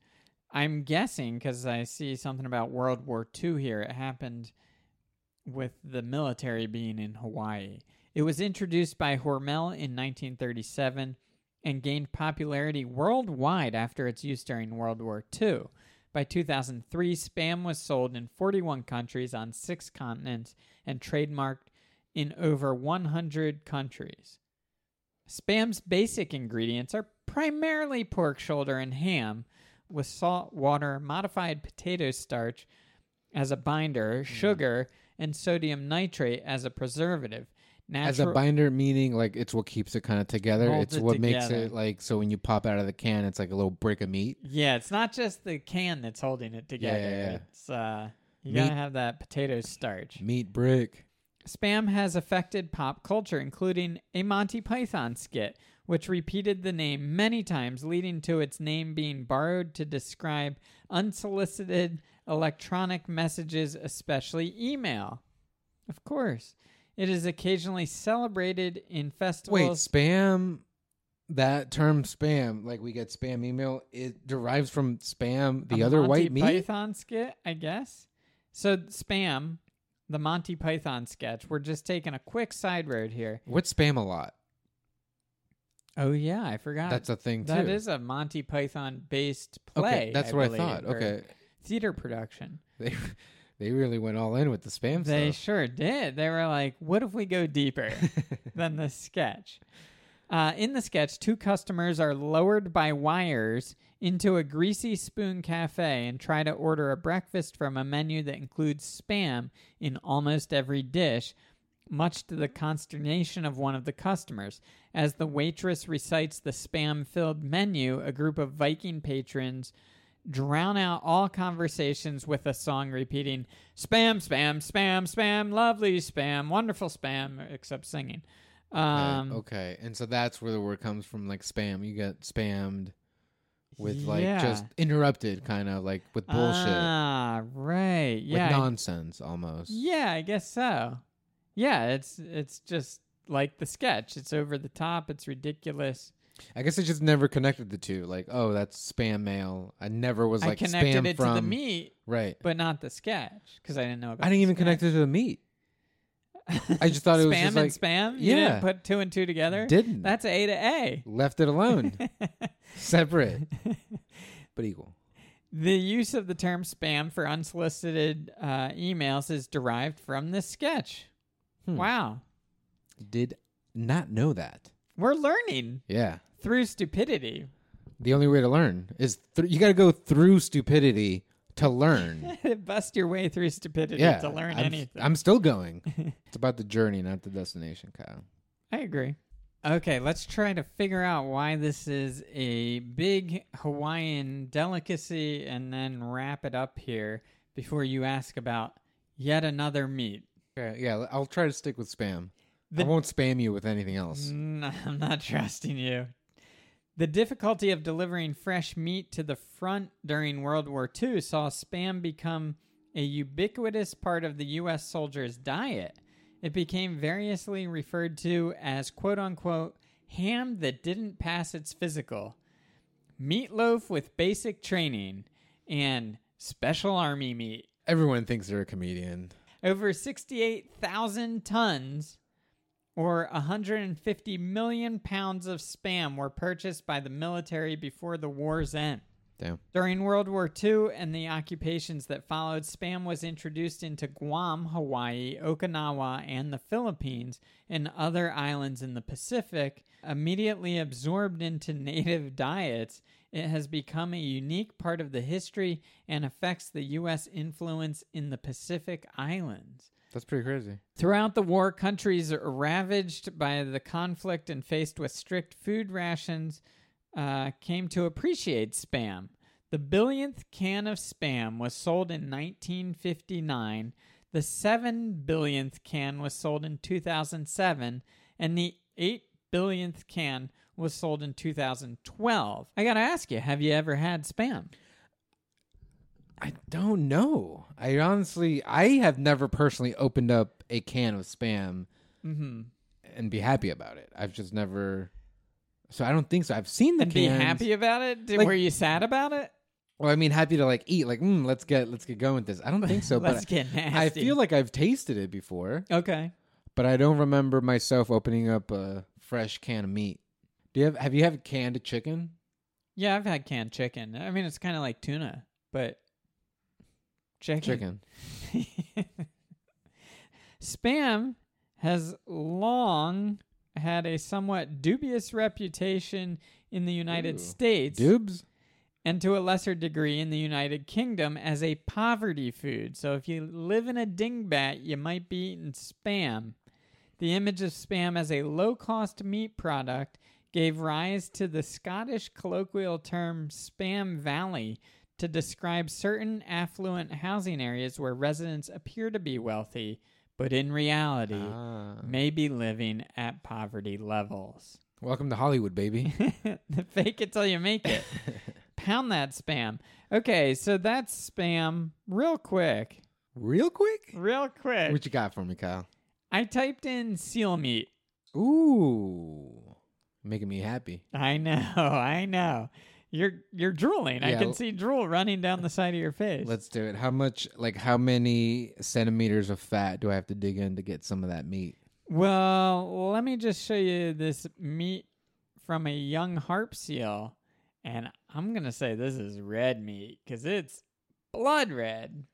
I'm guessing because I see something about World War II here. It happened with the military being in Hawaii. It was introduced by Hormel in 1937 and gained popularity worldwide after its use during World War II. By 2003, Spam was sold in 41 countries on six continents and trademarked in over 100 countries. Spam's basic ingredients are primarily pork shoulder and ham, with salt, water, modified potato starch as a Hmm. binder, sugar, and sodium nitrate as a preservative. As a Natural- binder, meaning like it's what keeps it kind of together. Holds It's it what makes together. it like so when you pop out of the can, it's like a little brick of meat. Yeah, it's not just the can that's holding it together. yeah, yeah. It's uh you Meat- gotta have that potato starch. Meat brick. Spam has affected pop culture, including a Monty Python skit, which repeated the name many times, leading to its name being borrowed to describe unsolicited electronic messages, especially email. Of course. It is occasionally celebrated in Wait, festivals. spam. That term spam, like we get spam email, it derives from spam, the a other Monty white meat. Python skit, I guess. So spam, the Monty Python sketch. We're just taking a quick side road here. What's spam a lot? Oh yeah, I forgot. That's a thing too. that is a Monty Python based play. okay. That's I what believe, I thought. or Okay, [laughs] theater production. they they really went all in with the spam They stuff. sure did. They were like, "What if we go deeper than the sketch?" Uh, in the sketch, two customers are lowered by wires into a greasy spoon cafe and try to order a breakfast from a menu that includes spam in almost every dish, much to the consternation of one of the customers. As the waitress recites the spam filled menu, a group of Viking patrons drown out all conversations with a song repeating spam, spam, spam, spam, lovely spam, wonderful spam, except singing. Um, okay. okay, and so that's where the word comes from, like spam. You get spammed with like Yeah. just interrupted, kind of like with bullshit, Ah, right. with Yeah. I- nonsense almost. yeah, I guess so. Yeah, it's it's just like the sketch. It's over the top. It's ridiculous. I guess I just never connected the two. Like, oh, that's spam mail. I never was I like connected spam it from to the meat, right. but not the sketch because I didn't know. About I didn't even connect it to [laughs] the meat. I just thought it was spam just and like spam. You Yeah. didn't put two and two together. didn't That's A to A. left [laughs] it alone, separate but equal. The use of the term spam for unsolicited uh, emails is derived from this sketch. Hmm. Wow, Did not know that. we're learning Yeah. through stupidity. [laughs] The only way to learn is thr you got to go through stupidity to learn. Bust your way through stupidity [laughs] yeah, to learn I'm, anything. I'm still going. [laughs] it's about the journey, not the destination, Kyle. I agree. Okay, let's try to figure out why this is a big Hawaiian delicacy and then wrap it up here before you ask about yet another meat. Yeah, yeah, I'll try to stick with spam. The- I won't spam you with anything else. Mm, I'm not [laughs] trusting you. The difficulty of delivering fresh meat to the front during World War II saw Spam become a ubiquitous part of the U.S. soldiers' diet. It became variously referred to as quote unquote ham that didn't pass its physical, meatloaf with basic training, and special army meat. Everyone thinks they're a comedian. Over 68,000 tons or 150 million pounds of spam were purchased by the military before the war's end. Damn. During World War II and the occupations that followed, spam was introduced into Guam, Hawaii, Okinawa, and the Philippines, and other islands in the Pacific. Immediately absorbed into [laughs] native diets, it has become a unique part of the history and affects the U.S. influence in the Pacific Islands. That's pretty crazy. Throughout the war, countries ravaged by the conflict and faced with strict food rations uh, came to appreciate spam. The billionth can of spam was sold in 1959, the seven billionth can was sold in 2007, and the eight billionth can was sold in 2012. I gotta ask you, have you ever had spam? I don't know. I honestly, I have never personally opened up a can of spam Mm-hmm. and be happy about it. I've just never. So I don't think so. I've seen the And be cans. happy about it? Did, Like- were you sad about it? Well, I mean, happy to like eat. Like, mm, let's get let's get going with this. I don't think [laughs] so. Let's but get nasty. I feel like I've tasted it before, okay. but I don't remember myself opening up a fresh can of meat. Do you have have you had canned chicken? Yeah, I've had canned chicken. I mean, it's kind of like tuna, but chicken. Chicken. [laughs] Spam has long had a somewhat dubious reputation in the United Ooh. States Dubs? and to a lesser degree in the United Kingdom as a poverty food. So if you live in a dingbat, you might be eating spam. The image of spam as a low cost meat product gave rise to the Scottish colloquial term spam valley to describe certain affluent housing areas where residents appear to be wealthy, but in reality Ah. may be living at poverty levels. Welcome to Hollywood, [laughs] baby. Fake it till you make it. Pound that spam. Okay, so that's spam. Real quick. Real quick? Real quick. What you got for me, Kyle? I typed in seal meat. Ooh. Making me happy. I know, [laughs] I know. You're you're drooling. I Yeah, can l- see drool running down the side of your face. Let's do it. How much like how many centimeters of fat do I have to dig in to get some of that meat? Well, let me just show you this meat from a young harp seal, and I'm gonna say this is red meat because it's blood red.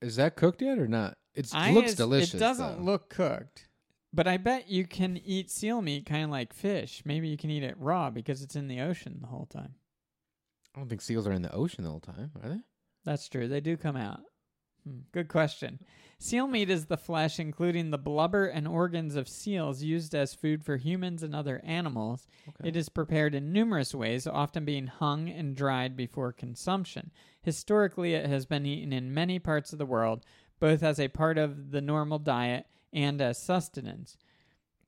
Is that cooked yet or not? It I looks is- delicious. It doesn't though. look cooked, but I bet you can eat seal meat kind of like fish. Maybe you can eat it raw because it's in the ocean the whole time. I don't think seals are in the ocean the whole time, are they? That's true. They do come out. Hmm, Good question. Seal meat is the flesh, including the blubber and organs of seals, used as food for humans and other animals. Okay. It is prepared in numerous ways, often being hung and dried before consumption. Historically, it has been eaten in many parts of the world, both as a part of the normal diet and as sustenance.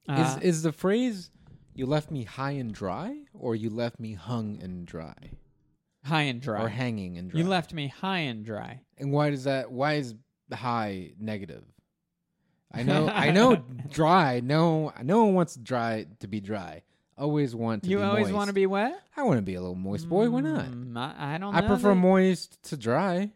Uh, is is the phrase you left me high and dry or you left me hung and dry? high and dry. Or hanging and dry. You left me high and dry. and why does that why is high negative? I know [laughs] I know dry, no no one wants dry to be dry. Always want to you be always want to be wet? I want to be a little moist boy, why not? Mm, I, I don't I know prefer that- moist to dry.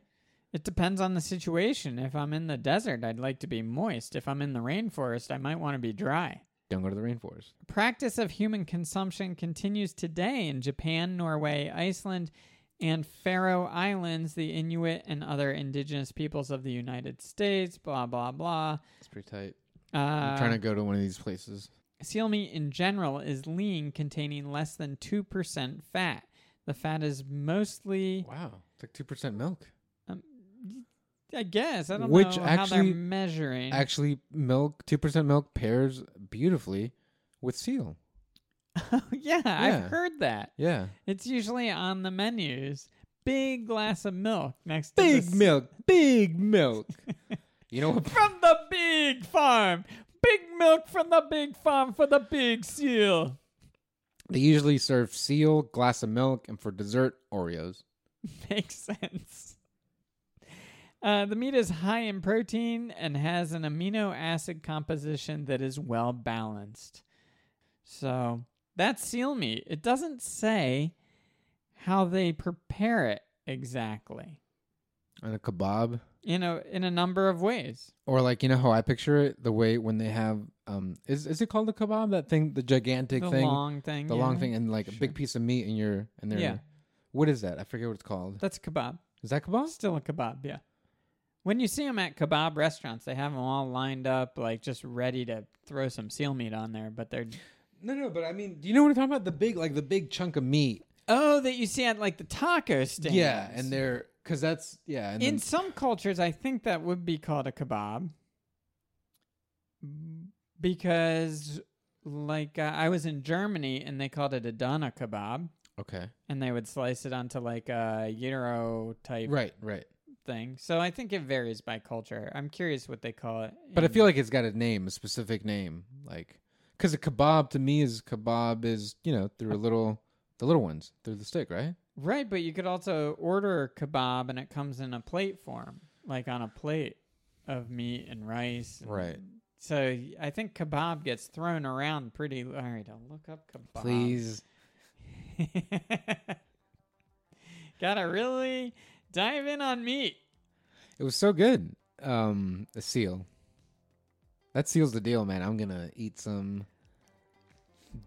It depends on the situation. If I'm in the desert, I'd like to be moist. If I'm in the rainforest, I might want to be dry. Don't go to the rainforest. Practice of human consumption continues today in Japan, Norway, Iceland, and Faroe Islands, the Inuit and other indigenous peoples of the United States, blah, blah, blah. It's pretty tight. Uh, I'm trying to go to one of these places. Seal meat in general is lean, containing less than 2% fat. The fat is mostly Wow. It's like two percent milk. um, I guess I don't Which know how actually- they're measuring. Actually, milk two percent milk pairs beautifully with seal. [laughs] yeah, Yeah. I've heard that. Yeah, It's usually on the menus. Big glass of milk next to big the s- milk, big milk. [laughs] you know what? from the big farm. Big milk from the big farm for the big seal. [laughs] They usually serve seal, glass of milk, and for dessert, Oreos. Makes sense. Uh, the meat is high in protein and has an amino acid composition that is well balanced. So that's seal meat. It doesn't say how they prepare it exactly. And a kebab. You know, in a number of ways. Or like you know how I picture it, the way when they have um is is it called a kebab? That thing, the gigantic The thing, long thing. the yeah. long thing, and like a Sure. big piece of meat in your and there. Yeah. What is that? I forget what it's called. That's kebab. Is that kebab? Still a kebab, yeah. When you see them at kebab restaurants, they have them all lined up, like just ready to throw some seal meat on there. But they're No, no, but I mean, do you know what I'm talking about? The big, like the big chunk of meat. oh, that you see at like the taco stand. Yeah, and they're because that's yeah. And then- in some cultures, I think that would be called a kebab because, like, uh, I was in Germany and they called it a doner kebab, okay, and they would slice it onto like a gyro type right, right. thing. So I think it varies by culture. I'm curious what they call it. But I in- feel like it's got a name, a specific name, like because a kebab to me is kebab is you know through a little the little ones through the stick, right? Right, but you could also order kebab and it comes in a plate form, like on a plate of meat and rice. and- Right. So y- I think kebab gets thrown around pretty. All right, I'll look up kebab. Please, [laughs] Gotta really dive in on meat. it was so good. Um, the seal that seals the deal, man. I'm gonna eat some,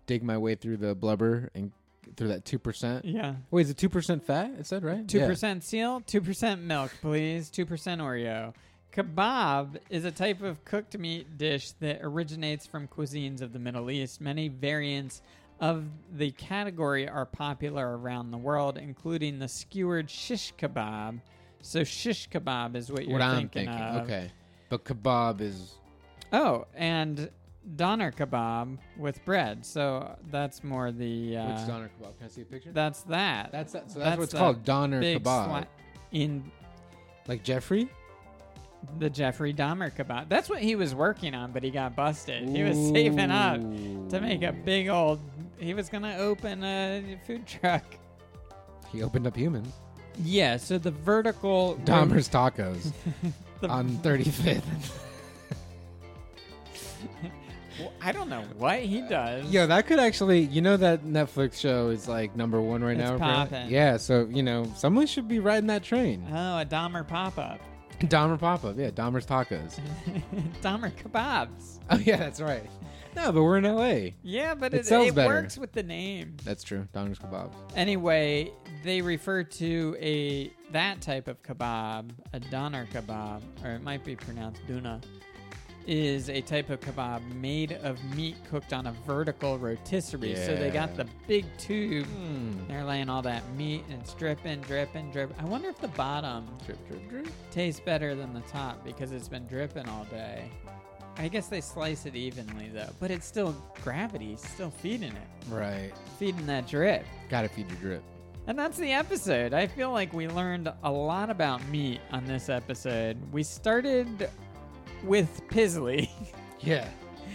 dig my way through the blubber and through that two percent. Yeah. Wait, is it two percent fat? It said right. Two Yeah. percent seal, two percent milk, please. Two percent Oreo. Kebab is a type of cooked meat dish that originates from cuisines of the Middle East. Many variants of the category are popular around the world, including the skewered shish kebab. So shish kebab is what you're what I'm thinking, thinking. of. Okay, but kebab is Oh, and doner kebab with bread. So that's more the uh, which doner kebab? Can I see a picture? that's that. that's that. So that's, that's what it's the called, doner big kebab. sla- in like Jeffrey. The Jeffrey Dahmer kebab. That's what he was working on, but he got busted. He was saving up to make a big old. He was gonna open a food truck. He opened up human. Yeah. So the vertical. Dahmer's tacos [laughs] The- on 35th. [laughs] I don't know what he does. Yo, that could actually, you know, that Netflix show is like number one right It's now. apparently? poppin'. Yeah, so you know, someone should be riding that train. Oh, a Dahmer pop up. Dahmer pop up, yeah, Dahmer's tacos. [laughs] Dahmer kebabs. Oh yeah, that's right. No, but we're in L.A. Yeah, but It it, sells better. works with the name. That's true. Dahmer's kebabs. Anyway, they refer to a that type of kebab, a doner kebab, or it might be pronounced duna, is a type of kebab made of meat cooked on a vertical rotisserie. So they got Yeah. the big tube. Mm. They're laying all that meat and it's dripping, dripping, dripping. I wonder if the bottom Drip, drip, drip. tastes better than the top because it's been dripping all day. I guess they slice it evenly though, but it's still gravity, still feeding it, Right. feeding that drip. Gotta feed your drip. And that's the episode. I feel like we learned a lot about meat on this episode. We started with pizzly, Yeah.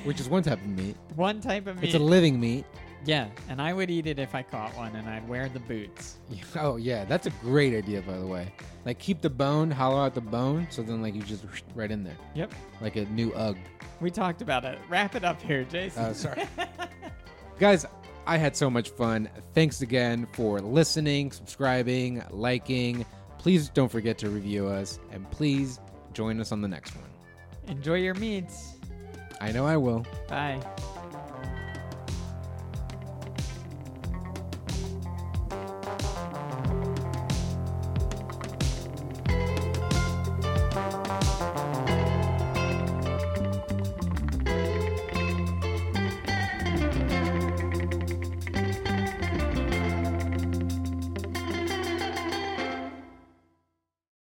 Which is one type of meat. [laughs] one type of meat. It's a living meat. yeah, and I would eat it if I caught one, and I'd wear the boots. [laughs] Oh yeah, that's a great idea by the way. Like keep the bone, hollow out the bone, so then like you just [laughs] right in there, Yep, like a new UGG. we talked about it. Wrap it up here, Jason. [laughs] Uh, sorry, guys. I had so much fun. Thanks again for listening, subscribing, liking. Please don't forget to review us, and please join us on the next one. Enjoy your meats. I know I will. Bye.